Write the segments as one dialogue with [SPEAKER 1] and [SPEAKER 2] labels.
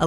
[SPEAKER 1] a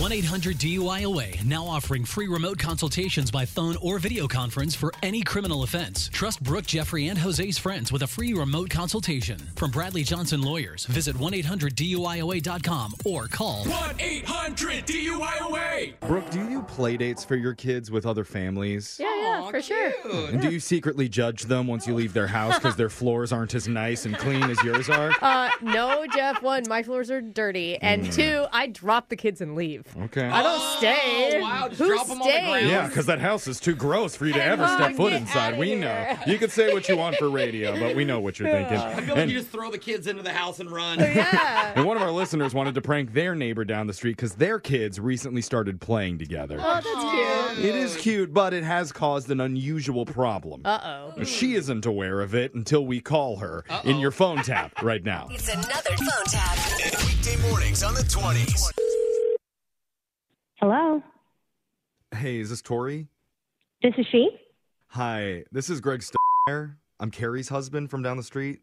[SPEAKER 2] 1 800 DUIOA now offering free remote consultations by phone or video conference for any criminal offense. Trust Brooke, Jeffrey, and Jose's friends with a free remote consultation. From Bradley Johnson Lawyers, visit 1 800 DUIOA.com or call
[SPEAKER 3] 1 800 DUIOA.
[SPEAKER 4] Brooke, do you do play dates for your kids with other families?
[SPEAKER 5] Yeah, yeah, for sure.
[SPEAKER 4] And do you secretly judge them once you leave their house because their floors aren't as nice and clean as yours are?
[SPEAKER 5] Uh, no, Jeff, one, my floors are dirty. And two, I drop the kids and leave.
[SPEAKER 4] Mm. Okay.
[SPEAKER 5] I don't stay.
[SPEAKER 3] Oh, wow, just
[SPEAKER 5] Who
[SPEAKER 3] drop 'em on the
[SPEAKER 5] stays?
[SPEAKER 3] ground.
[SPEAKER 4] Yeah, because that house is too gross for you to ever
[SPEAKER 5] Oh,
[SPEAKER 4] step foot
[SPEAKER 5] get
[SPEAKER 4] inside.
[SPEAKER 5] outta
[SPEAKER 4] We know.
[SPEAKER 5] here.
[SPEAKER 4] You can say what you want for radio, but we know what you're thinking.
[SPEAKER 3] I feel like
[SPEAKER 4] And-
[SPEAKER 3] you just throw the kids into the house and run.
[SPEAKER 5] Yeah.
[SPEAKER 4] and one of our listeners wanted to prank their neighbor down the street because their kids recently started playing together.
[SPEAKER 5] Oh, that's cute.
[SPEAKER 4] It is cute, but it has caused an unusual problem.
[SPEAKER 5] Uh oh.
[SPEAKER 4] She isn't aware of it until we call her in your phone tap right now.
[SPEAKER 6] It's another phone tap.
[SPEAKER 7] Weekday mornings on the 20s.
[SPEAKER 8] Hello,
[SPEAKER 4] Hey, is this Tori?
[SPEAKER 8] this is she.
[SPEAKER 4] Hi, this is Greg Steyer. I'm Carrie's husband from down the street.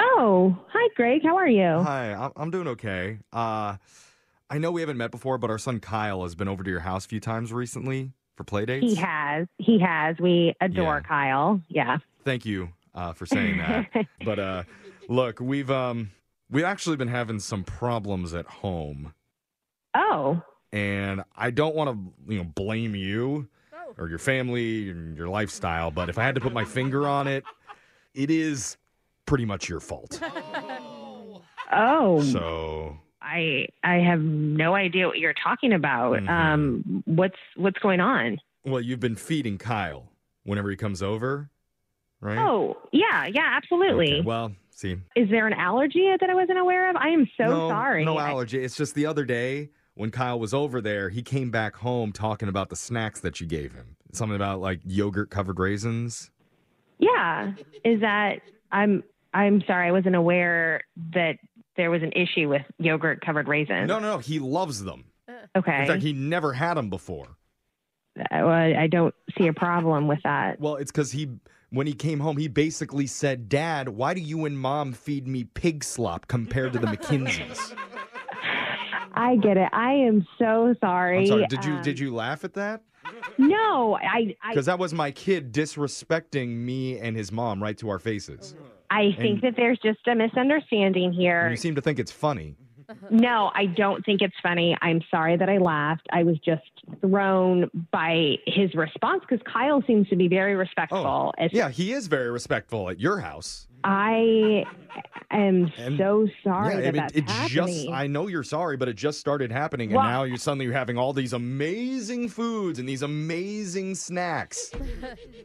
[SPEAKER 8] Oh, hi, Greg. How are you?
[SPEAKER 4] Hi, I- I'm doing okay. Uh, I know we haven't met before, but our son Kyle has been over to your house a few times recently for play dates.
[SPEAKER 8] He has. He has. We adore
[SPEAKER 4] Yeah.
[SPEAKER 8] Kyle. Yeah.
[SPEAKER 4] Thank you uh, for saying that. but uh, look, we've um, we've actually been having some problems at home,
[SPEAKER 8] Oh,
[SPEAKER 4] and I don't want to you know blame you or your family and your lifestyle, but if I had to put my finger on it, it is pretty much your fault.
[SPEAKER 8] oh.
[SPEAKER 4] So
[SPEAKER 8] I I have no idea what you're talking about.
[SPEAKER 4] Mhm.
[SPEAKER 8] Um, what's what's going on?
[SPEAKER 4] Well, you've been feeding Kyle whenever he comes over, right?
[SPEAKER 8] Oh, yeah, yeah, absolutely.
[SPEAKER 4] Okay, well, see.
[SPEAKER 8] is there an allergy that I wasn't aware of? I am so
[SPEAKER 4] no,
[SPEAKER 8] sorry.
[SPEAKER 4] No
[SPEAKER 8] I-
[SPEAKER 4] allergy. It's just the other day when Kyle was over there, he came back home talking about the snacks that you gave him. Something about like yogurt covered raisins.
[SPEAKER 8] yeah. Is that I'm I'm sorry. I wasn't aware that there was an issue with yogurt covered raisins.
[SPEAKER 4] No, no, no. He loves them.
[SPEAKER 8] Okay.
[SPEAKER 4] In fact, he never had them before.
[SPEAKER 8] I, I don't see a problem with that.
[SPEAKER 4] Well, it's because he, when he came home, he basically said, Dad, why do you and mom feed me pig slop compared to the McKinseys?
[SPEAKER 8] I get it. I am so sorry.
[SPEAKER 4] I'm sorry. Did you, did you laugh at that?
[SPEAKER 8] No, I I,
[SPEAKER 4] Because that was my kid disrespecting me and his mom right to our faces.
[SPEAKER 8] I think that there's just a misunderstanding
[SPEAKER 4] And
[SPEAKER 8] here.
[SPEAKER 4] you seem to think it's funny. No, I don't think it's funny. I'm sorry that I laughed. I was just thrown by his response because Kyle seems to be very respectful. As-
[SPEAKER 9] Oh, Yeah, he is very respectful at your house.
[SPEAKER 4] I am
[SPEAKER 9] And-
[SPEAKER 4] so sorry
[SPEAKER 9] yeah, I
[SPEAKER 4] that
[SPEAKER 9] mean,
[SPEAKER 4] that's
[SPEAKER 9] it
[SPEAKER 4] happening.
[SPEAKER 9] just I know you're sorry, but it just started happening and
[SPEAKER 4] Well-
[SPEAKER 9] now you're suddenly you're having all these amazing foods and these amazing snacks.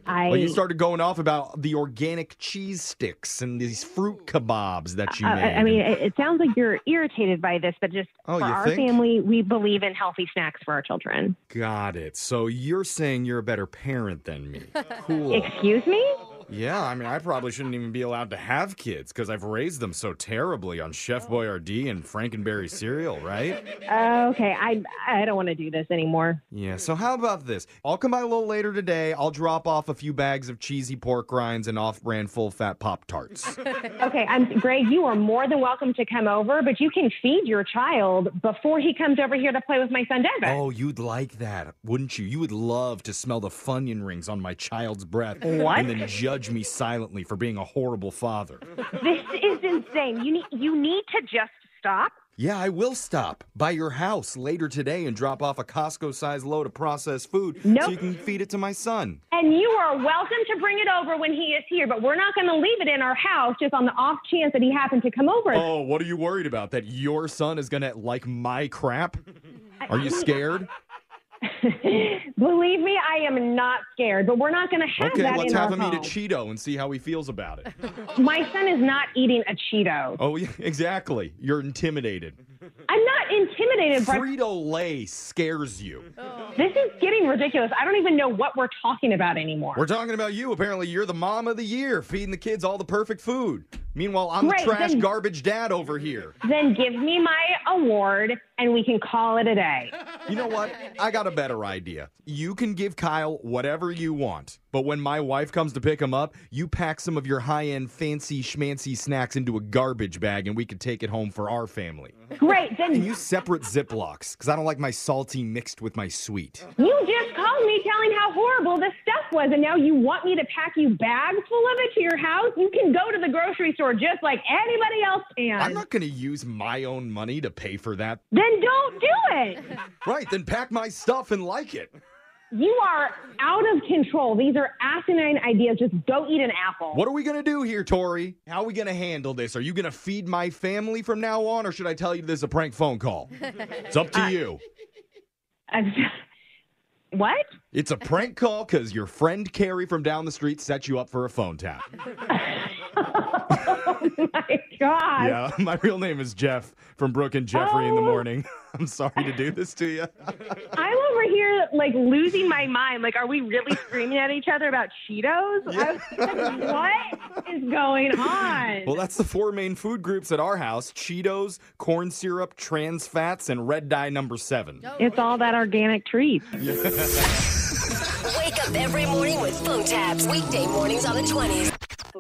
[SPEAKER 4] I
[SPEAKER 9] Well, you started going off about the organic cheese sticks and these fruit kebabs that you
[SPEAKER 4] I-
[SPEAKER 9] made.
[SPEAKER 4] I, I mean, it, it sounds like you're irritated by this, but just
[SPEAKER 9] Oh,
[SPEAKER 4] for
[SPEAKER 9] you
[SPEAKER 4] our
[SPEAKER 9] think?
[SPEAKER 4] family, we believe in healthy snacks for our children.
[SPEAKER 9] Got it. So you're saying you're a better parent than me. Cool.
[SPEAKER 4] Excuse me?
[SPEAKER 9] Yeah, I mean, I probably shouldn't even be allowed to have kids because I've raised them so terribly on
[SPEAKER 4] Oh.
[SPEAKER 9] Chef Boyardee and Frankenberry cereal, right?
[SPEAKER 4] Okay, I I don't want to do this anymore.
[SPEAKER 9] Yeah, so how about this? I'll come by a little later today. I'll drop off a few bags of cheesy pork rinds and off brand full fat Pop Tarts.
[SPEAKER 4] okay, I'm Greg. You are more than welcome to come over, but you can feed your child before he comes over here to play with my son Denver.
[SPEAKER 9] Oh, you'd like that, wouldn't you? You would love to smell the Funyun rings on my child's breath
[SPEAKER 4] What?
[SPEAKER 9] and then judge me silently for being a horrible father.
[SPEAKER 4] This is insane. You need you need to just stop.
[SPEAKER 9] Yeah, I will stop by your house later today and drop off a Costco sized load of processed food so
[SPEAKER 4] Nope.
[SPEAKER 9] you can feed it to my son.
[SPEAKER 4] And you are welcome to bring it over when he is here, but we're not going to leave it in our house just on the off chance that he happened to come over.
[SPEAKER 9] Oh, what are you worried about? That your son is going to like my crap? Are you scared?
[SPEAKER 4] Believe me, I am not scared, but we're not going to have
[SPEAKER 9] Okay,
[SPEAKER 4] that
[SPEAKER 9] let's
[SPEAKER 4] in
[SPEAKER 9] have
[SPEAKER 4] our
[SPEAKER 9] him
[SPEAKER 4] home.
[SPEAKER 9] eat a Cheeto and see how he feels about it.
[SPEAKER 4] My son is not eating a Cheeto.
[SPEAKER 9] Oh, yeah, exactly. You're intimidated.
[SPEAKER 4] I'm not intimidated by
[SPEAKER 9] Frito Lay scares you.
[SPEAKER 4] this is getting ridiculous. I don't even know what we're talking about anymore.
[SPEAKER 9] We're talking about you. Apparently, you're the mom of the year, feeding the kids all the perfect food. Meanwhile, I'm
[SPEAKER 4] Great,
[SPEAKER 9] the trash
[SPEAKER 4] then-
[SPEAKER 9] garbage dad over here.
[SPEAKER 4] Then give me my award and we can call it a day.
[SPEAKER 9] You know what? I got a better idea. You can give Kyle whatever you want, but when my wife comes to pick him up, you pack some of your high end fancy schmancy snacks into a garbage bag and we could take it home for our family.
[SPEAKER 4] Great,
[SPEAKER 9] And
[SPEAKER 4] then
[SPEAKER 9] you separate Ziplocs, because I don't like my salty mixed with my sweet.
[SPEAKER 4] you just called me telling how horrible this stuff was, and now you want me to pack you bags full of it to your house? You can go to the grocery store just like anybody else can.
[SPEAKER 9] I'm not going to use my own money to pay for that.
[SPEAKER 4] Then don't do it.
[SPEAKER 9] Right, then pack my stuff and like it.
[SPEAKER 4] You are out of control. These are asinine ideas. Just go eat an apple.
[SPEAKER 9] What are we going to do here, Tori? How are we going to handle this? Are you going to feed my family from now on, or should I tell you this is a prank phone call? It's up to you.
[SPEAKER 4] what?
[SPEAKER 9] It's a prank call because your friend Carrie from down the street set you up for a phone tap.
[SPEAKER 4] God.
[SPEAKER 9] Yeah, my real name is Jeff from Brooke and Jeffrey in the morning. I'm sorry to do this to you.
[SPEAKER 4] I'm over here like losing my mind. Like, are we really screaming at each other about Cheetos? I was like, what is going on?
[SPEAKER 9] Well, that's the four main food groups at our house Cheetos, corn syrup, trans fats, and red dye number seven.
[SPEAKER 4] It's all that organic treat.
[SPEAKER 10] Wake up every morning with phone tabs. Weekday mornings on the 20s.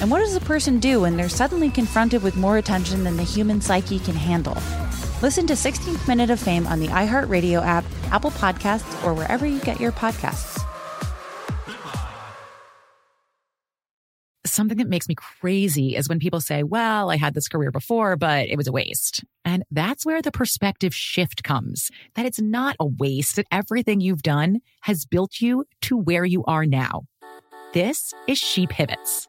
[SPEAKER 11] And what does a person do when they're suddenly confronted with more attention than the human psyche can handle? Listen to 16th Minute of Fame on the iHeartRadio app, Apple Podcasts, or wherever you get your podcasts.
[SPEAKER 12] Something that makes me crazy is when people say, Well, I had this career before, but it was a waste. And that's where the perspective shift comes that it's not a waste, that everything you've done has built you to where you are now. This is She Pivots,